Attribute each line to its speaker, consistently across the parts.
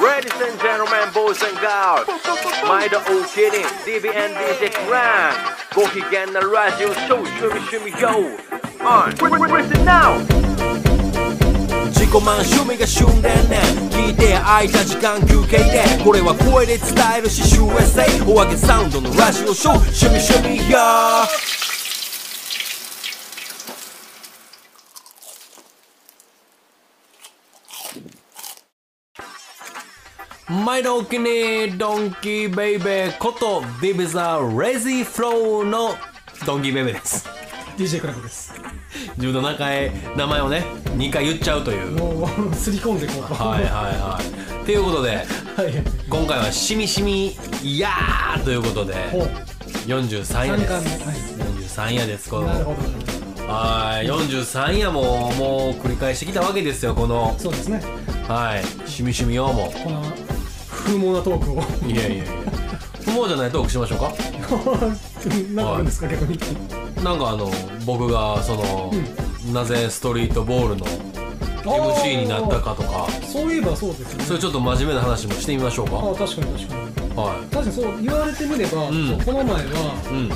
Speaker 1: Ladies and gentlemen, boys and girls 毎度お気に DBN DJ クランご機嫌なラジオショー趣味趣味 YO On Listen now
Speaker 2: 自己満趣味が旬でね聞いて空いた時間休憩でこれは声で伝えるし USA お揚げサウンドのラジオショー趣味趣味や毎度お気に入りドンキーベイベーことビビザレイジーフローのドンキーベイベーです
Speaker 3: DJ クラブです
Speaker 2: 自分の中へ名前をね2回言っちゃうという
Speaker 3: もうすり込んでこう
Speaker 2: はいはいはい。ということで、
Speaker 3: はい
Speaker 2: 今回はしみしみ、いやーということで、
Speaker 3: ほう
Speaker 2: 43夜
Speaker 3: 三
Speaker 2: で
Speaker 3: 冠
Speaker 2: す。
Speaker 3: は
Speaker 2: 43夜です、こ
Speaker 3: いなるほ
Speaker 2: の。
Speaker 3: ど
Speaker 2: はい、43夜も、もう繰り返してきたわけですよ、この、
Speaker 3: そうですね
Speaker 2: はい、しみしみようも。
Speaker 3: この不毛 なトークを
Speaker 2: いやいやいや。もうじゃないトークしましょうか。
Speaker 3: なんかあるんですか逆に
Speaker 2: なんかあの、僕が、その、なぜストリートボールの MC になったかとか、
Speaker 3: そういえばそうですね
Speaker 2: それちょっと真面目な話もしてみましょう
Speaker 3: ああ確かに確かに
Speaker 2: か。はい。
Speaker 3: 確かにそう言われてみれば、
Speaker 2: ん
Speaker 3: そうこの前は
Speaker 2: うん。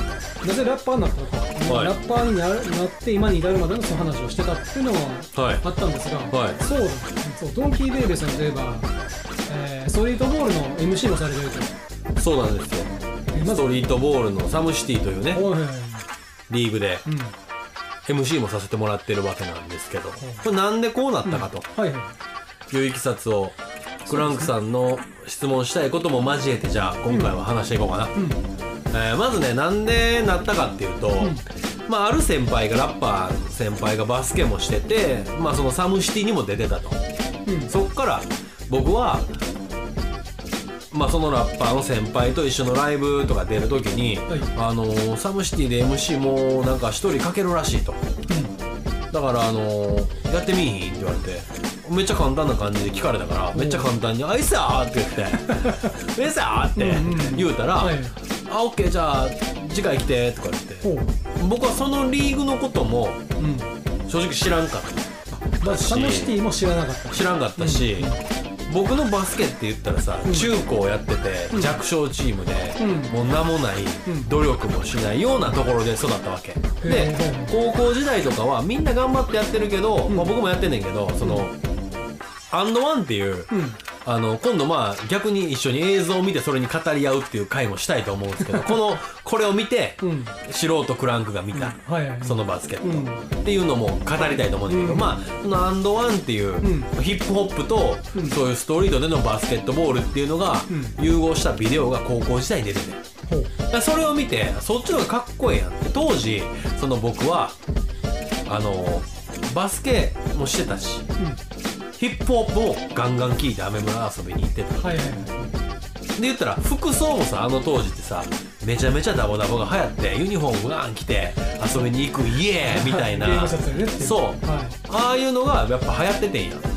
Speaker 3: なぜラッパーになったのか、
Speaker 2: い
Speaker 3: ラッパーになるなって今に至るまでのその話をしてたっていうのは
Speaker 2: はい
Speaker 3: あったんですが、
Speaker 2: はい
Speaker 3: そうだそうドンキーベイベーさんといえば、えー、ストリートボールの MC もされてると
Speaker 2: そうなんですよ。
Speaker 3: えま
Speaker 2: ス
Speaker 3: ず
Speaker 2: トリートボールのサムシティというね、
Speaker 3: おい
Speaker 2: リーグで
Speaker 3: うん
Speaker 2: MC もさせてもらってるわけなんですけど、これなんでこうなったかと
Speaker 3: はいはい
Speaker 2: いういきさつを、クランクさんの質問したいことも交えて、じゃあ今回は話していこうかな。
Speaker 3: ん
Speaker 2: えーまずね、なんでなったかっていうと、まあ、ある先輩が、ラッパーの先輩がバスケもしてて、まあ、そのサムシティにも出てたと。
Speaker 3: うん
Speaker 2: そっから僕は、まあ、そのラッパーの先輩と一緒のライブとか出るときに、
Speaker 3: はい
Speaker 2: あのーサムシティで MC もなんか一人かけるらしいと、だから、あのーやってみいひんって言われてめっちゃ簡単な感じで聞かれたからめっちゃ簡単に「あいっすよ!」って言 って「えっすよ!」って言うたら「
Speaker 3: はい
Speaker 2: あオッケーじゃあ次回来て」とか言
Speaker 3: ほ
Speaker 2: って
Speaker 3: う
Speaker 2: 僕はそのリーグのことも
Speaker 3: うん
Speaker 2: 正直知らんかった
Speaker 3: まあサムシティも知らなかった
Speaker 2: 知らんかったし、僕のバスケって言ったらさ、中高やってて弱小チームで、
Speaker 3: うん
Speaker 2: もう名もない、
Speaker 3: ん
Speaker 2: 努力もしないようなところで育ったわけで
Speaker 3: へー
Speaker 2: 高校時代とかはみんな頑張ってやってるけど、まあ、僕もやってんねんけどその、アンドワンっていう、
Speaker 3: ん
Speaker 2: あの今度まあ逆に一緒に映像を見てそれに語り合うっていう回もしたいと思うんです けどこのこれを見て、
Speaker 3: うん
Speaker 2: 素人クランクが見た、
Speaker 3: はいはい
Speaker 2: そのバスケット、
Speaker 3: うん
Speaker 2: っていうのも語りたいと思うんだけど、
Speaker 3: うん
Speaker 2: まあそのアンドワンっていう、
Speaker 3: ん
Speaker 2: ヒップホップと、
Speaker 3: うん
Speaker 2: そういうストリートでのバスケットボールっていうのが、
Speaker 3: う
Speaker 2: 融合したビデオが高校時代に出ててだか
Speaker 3: ほう
Speaker 2: らそれを見てそっちの方がかっこええやんって当時その僕はあのバスケもしてたし
Speaker 3: うん
Speaker 2: ヒップホップをガンガン聞いてアメ村遊びに行ってた
Speaker 3: はいはい
Speaker 2: で言ったら服装もさあの当時ってさめちゃめちゃダボダボが流行ってユニフォームが着て遊びに行くイエーイみたいな
Speaker 3: ゲームシャツやねっていう
Speaker 2: そう
Speaker 3: は
Speaker 2: ああいうのがやっぱ流行っててんやだか
Speaker 3: い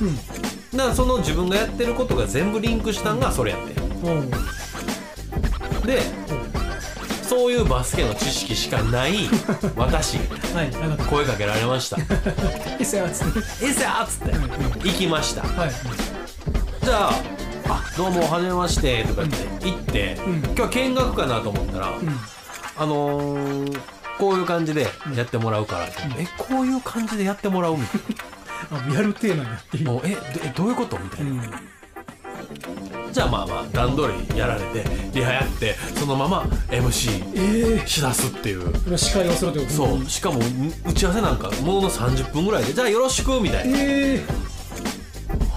Speaker 3: うん
Speaker 2: らその自分がやってることが全部リンクしたんがそれやってん
Speaker 3: ほう
Speaker 2: でそういうバスケの知識しかない私
Speaker 3: はいあなた
Speaker 2: 声かけられま した「
Speaker 3: いっすよつって
Speaker 2: いっすよ!」っつって行きました
Speaker 3: はい
Speaker 2: じゃあ「あどうもはじめまして」とか言って行って、
Speaker 3: ん
Speaker 2: 今日は見学かなと思ったら、
Speaker 3: うん
Speaker 2: あのー、こういう感じでやってもらうからって、えこういう感じでやって もらうみたい
Speaker 3: あやるテーマやっていう
Speaker 2: なもうえどえどういうことみたいな、
Speaker 3: うん
Speaker 2: じゃあまあまあ段取りやられてリハやってそのまま MC
Speaker 3: ええ
Speaker 2: しだすっていう
Speaker 3: これ司会をするってこと
Speaker 2: そうしかも打ち合わせなんかものの30分ぐらいでじゃあよろしくみたいな
Speaker 3: ええ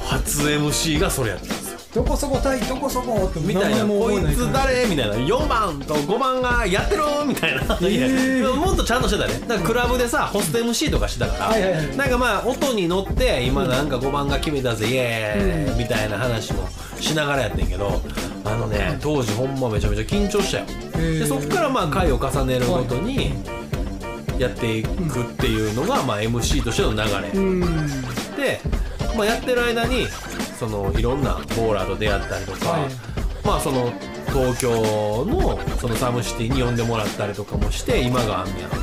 Speaker 2: 初 MC がそれやったんですよ
Speaker 3: どこそこ対どこそこって
Speaker 2: みたい
Speaker 3: 名前
Speaker 2: な
Speaker 3: も
Speaker 2: こ
Speaker 3: 覚
Speaker 2: い
Speaker 3: えない
Speaker 2: つ誰みたいな4番と5番がやってるみたいな、
Speaker 3: えー
Speaker 2: いやもっとちゃんとしてたねだからクラブでさホスト MC とかしてたから、
Speaker 3: はいはいはい
Speaker 2: なんかまあ音に乗って今なんか5番が決めたぜイエーイ、みたいな話もしながらやってんけどあのね当時ほんまめちゃめちゃ緊張したよ、
Speaker 3: ー
Speaker 2: でそっからまあ回を重ねるごとにやっていくっていうのがまあ MC としての流れ、
Speaker 3: うん
Speaker 2: で、まあ、やってる間にそのいろんなボーラーと出会ったりとか、
Speaker 3: はい
Speaker 2: まあその東京のそのサムシティに呼んでもらったりとかもして今があんねやだか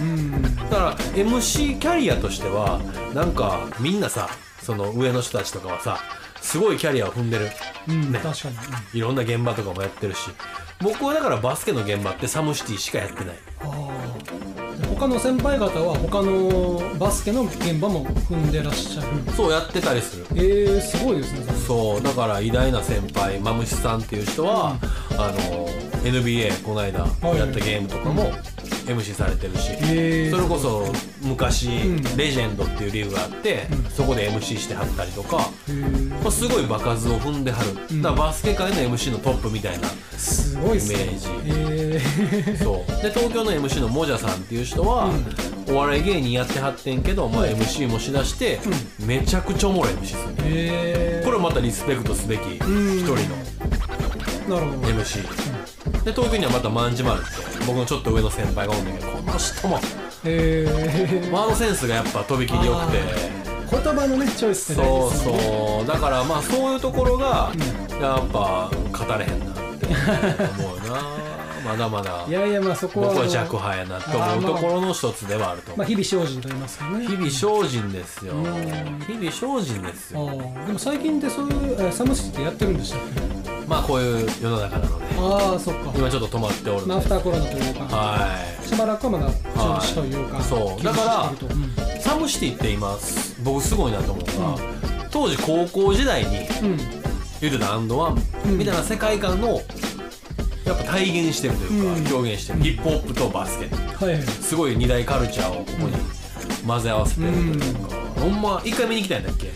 Speaker 3: うん
Speaker 2: ら MC キャリアとしてはなんかみんなさその上の人たちとかはさすごいキャリアを踏んでる。
Speaker 3: うん、
Speaker 2: ね
Speaker 3: 確かに、うん
Speaker 2: いろんな現場とかもやってるし。僕はだからバスケの現場ってサムシティしかやってない。
Speaker 3: あー他の先輩方は他のバスケの現場も踏んでらっしゃる
Speaker 2: そうやってたりする。
Speaker 3: えー、すごいですねそれ
Speaker 2: そうだから偉大な先輩マムシさんっていう人は、あの NBA この間
Speaker 3: い
Speaker 2: やったゲームとかも MC されてるし、
Speaker 3: へー
Speaker 2: それこそ昔、
Speaker 3: ん
Speaker 2: レジェンドっていうリーグがあって、そこで MC してはったりとか、
Speaker 3: へー
Speaker 2: まあ、すごい場数を踏んではる、だからバスケ界の MC のトップみたいな
Speaker 3: すごいですね
Speaker 2: イメージ
Speaker 3: えー
Speaker 2: そうで東京の MC のもじゃさんっていう人は、お笑い芸人やってはってんけど、まあ、MC もしだして、めちゃくちゃおもろい MC する
Speaker 3: え
Speaker 2: これまたリスペクトすべき一
Speaker 3: ん
Speaker 2: 人の
Speaker 3: ー、なるほど
Speaker 2: MC、で東京にはまたまんじまるって僕のちょっと上の先輩がおんねんけどこの人も
Speaker 3: えー、
Speaker 2: ワードセンスがやっぱとびきり良くて
Speaker 3: 言葉のねチョイスって
Speaker 2: そ
Speaker 3: 大事
Speaker 2: う
Speaker 3: ですよね
Speaker 2: そうだからまあそういうところがやっぱ語れへんなって思う なまだまだ
Speaker 3: いやいやまあそこは
Speaker 2: 僕は弱派やなって思うところの一つではあると思
Speaker 3: まあ
Speaker 2: う
Speaker 3: 日々精進と言いますかね
Speaker 2: 日々精進ですよ
Speaker 3: ん
Speaker 2: 日々精進ですよ
Speaker 3: ああでも最近ってそういう、えー、サムシティやってるんでしたっけ
Speaker 2: まあこういう世の中なので
Speaker 3: ああそっか
Speaker 2: 今ちょっと止まっておる
Speaker 3: まあア
Speaker 2: の
Speaker 3: フ
Speaker 2: で
Speaker 3: ターコロナというか
Speaker 2: はい
Speaker 3: しばらくはまだ中止というか、
Speaker 2: はいそう
Speaker 3: 休止
Speaker 2: だから
Speaker 3: してるとうん
Speaker 2: サムシティって今す僕すごいなと思うのが、当時高校時代に
Speaker 3: うん
Speaker 2: ゆるなアンドワンみたいな世界観のやっぱ体現してるというか、
Speaker 3: うん
Speaker 2: 表現してるヒップホップとバスケ
Speaker 3: はいはい
Speaker 2: すごい二大カルチャーをここに混ぜ合わせてるというか、ほんま一回見に来たんだっけ、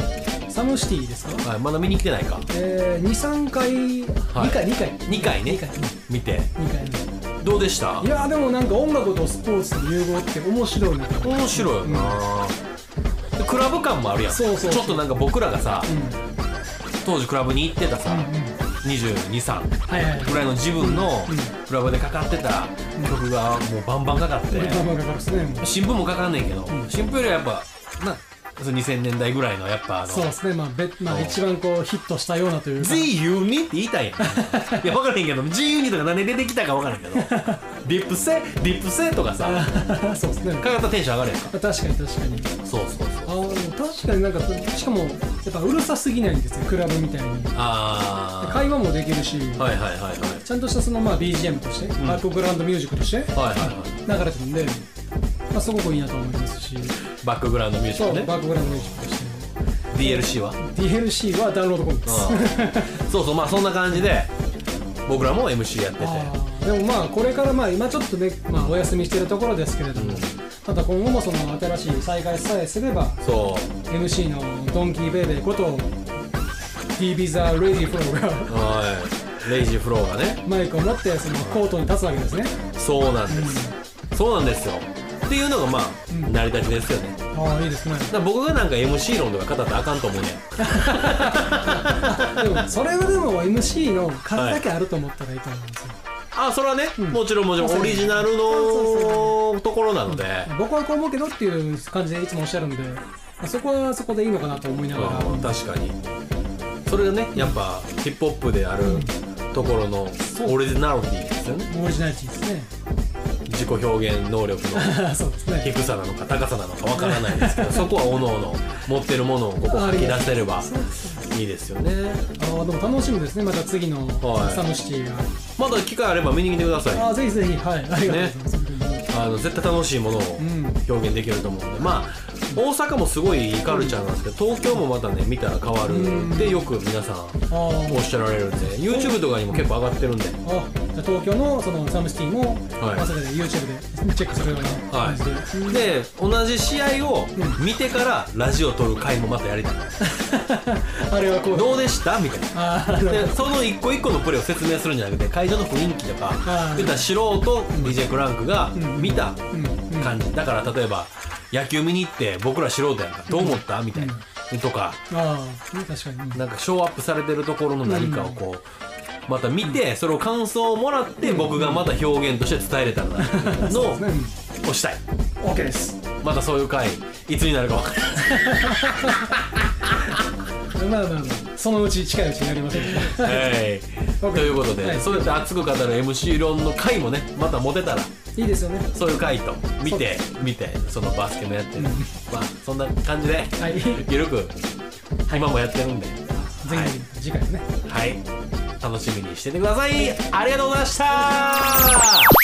Speaker 3: サムシティですか、
Speaker 2: はい、まだ見に来てないか
Speaker 3: えー、23回、
Speaker 2: はい
Speaker 3: 2回2回
Speaker 2: 2回ね
Speaker 3: 2回2
Speaker 2: 見て
Speaker 3: 回
Speaker 2: どうでした
Speaker 3: いやーでもなんか音楽とスポーツの融合って面白いなと
Speaker 2: 面白いよな、でクラブ感もあるやん
Speaker 3: そうそう
Speaker 2: ちょっとなんか僕らがさ、当時クラブに行ってたさ、223
Speaker 3: はいはい
Speaker 2: ぐらいの自分のクラブでかかってた曲がもうバンバンかかって
Speaker 3: ドラマがかかるっすね
Speaker 2: 新聞もかかんねんけど新聞よりはやっぱなその2000年代ぐらいのやっぱあ
Speaker 3: そう
Speaker 2: の
Speaker 3: ですねまあべ、まあ、
Speaker 2: そう
Speaker 3: 一番こうヒットしたようなというか
Speaker 2: G-Unit って言いたいやんいや分からへんけど G-Unit が何で出てきたか分からへんけどディップセディップセとかさか
Speaker 3: そうですね
Speaker 2: かったらテンション上がるやんか
Speaker 3: 確かに確かに
Speaker 2: そうそうそう
Speaker 3: あーでも確かになんかしかもやっぱうるさすぎないんですよクラブみたいに
Speaker 2: あ
Speaker 3: 会話もできるし、
Speaker 2: あはいはいはいはい
Speaker 3: ちゃんとしたそのまあ BGM として、バックグラウンドミュージックとして
Speaker 2: はいはいはい
Speaker 3: 流れてるんで、まあ、すごくいいなと思いますし、
Speaker 2: バックグラウンドミュージ
Speaker 3: そ
Speaker 2: ッ
Speaker 3: う
Speaker 2: クね
Speaker 3: バックグラウンドミュージックとして
Speaker 2: DLC は
Speaker 3: DLC はダウンロードコンテンツ
Speaker 2: そうそうまあそんな感じで僕らも MC やってて
Speaker 3: あーでもまあこれからまあ今ちょっとね、まあ、お休みしてるところですけれども、ただ今後もその新しい再開さえすれば
Speaker 2: そう
Speaker 3: MC のドンキーベイベーこと DB ザ・レディフローが
Speaker 2: はいレイジーフローがね
Speaker 3: マイクを持ってそのコートに立つわけですね
Speaker 2: そうなんです、そうなんですよっていうのがまあ、成り立ちですよねだか
Speaker 3: ああいいですね
Speaker 2: ら僕がなんか MC 論とか語ったらあかんと思うねん
Speaker 3: でもそれはでも MC の数だけあると思ったらいいと思うんですよ、
Speaker 2: あそれはね、もちろんもちろんオリジナルのところなので、
Speaker 3: 僕はこう思うけどっていう感じでいつもおっしゃるんで、まあ、そこはそこでいいのかなと思いながら、
Speaker 2: うん確かにそれがねやっぱヒップホップであるところのオリジナリティですよね
Speaker 3: オリジナリティですね
Speaker 2: 自己表現能力の
Speaker 3: そうですね
Speaker 2: 低さなのか高さなのかわからないです けどそこはおのおの持ってるものをここ吐き出せればいいですよね
Speaker 3: ああでも楽しみですねまた次の
Speaker 2: はい
Speaker 3: サムシティが、
Speaker 2: まだ機会あれば見に来てください
Speaker 3: ああぜひぜひはいありがとうございます、
Speaker 2: あの絶対楽しいものを
Speaker 3: ん
Speaker 2: 表現できると思うんで、まあ大阪もすごいいいカルチャーなんですけど東京もまたね見たら変わるでよく皆さん
Speaker 3: あ
Speaker 2: おっしゃられるんで YouTube とかにも結構上がってるんで
Speaker 3: ああじゃあ東京のそのサムシティも、
Speaker 2: はい
Speaker 3: まさかで YouTube でチェックするような
Speaker 2: は
Speaker 3: 感じで、
Speaker 2: い、で同じ試合を見てからラジオ撮る回もまたやりたい
Speaker 3: あれはこう
Speaker 2: どうでしたみたいな
Speaker 3: ああなるほど
Speaker 2: で その一個一個のプレーを説明するんじゃなくて会場の雰囲気とか
Speaker 3: あー
Speaker 2: 言ったら素人 DJ クランクが見た
Speaker 3: んうん
Speaker 2: 感じだから例えば野球見に行って僕ら素人やんからどう思ったみたいなとか
Speaker 3: ああね確かに、うん
Speaker 2: なんかショーアップされてるところの何かをこうまた見てそれを感想をもらって僕がまた表現として伝えれたらなっていうの
Speaker 3: そうですね
Speaker 2: をしたい
Speaker 3: OK です
Speaker 2: またそういう回いつになるか分からない
Speaker 3: まあまあまあそのうち近いうちにやりましょう
Speaker 2: はい、
Speaker 3: OK
Speaker 2: ということで、
Speaker 3: はい
Speaker 2: そうやって熱く語る MC 論の回もねまた持てたら
Speaker 3: いいですよね
Speaker 2: そういう回と見
Speaker 3: そう
Speaker 2: て
Speaker 3: で
Speaker 2: 見てそのバスケもやってる、まあそんな感じで、
Speaker 3: はい
Speaker 2: ゆるく今もやってるんで、
Speaker 3: ぜひ次回もね
Speaker 2: はい楽しみにしててくださいありがとうございました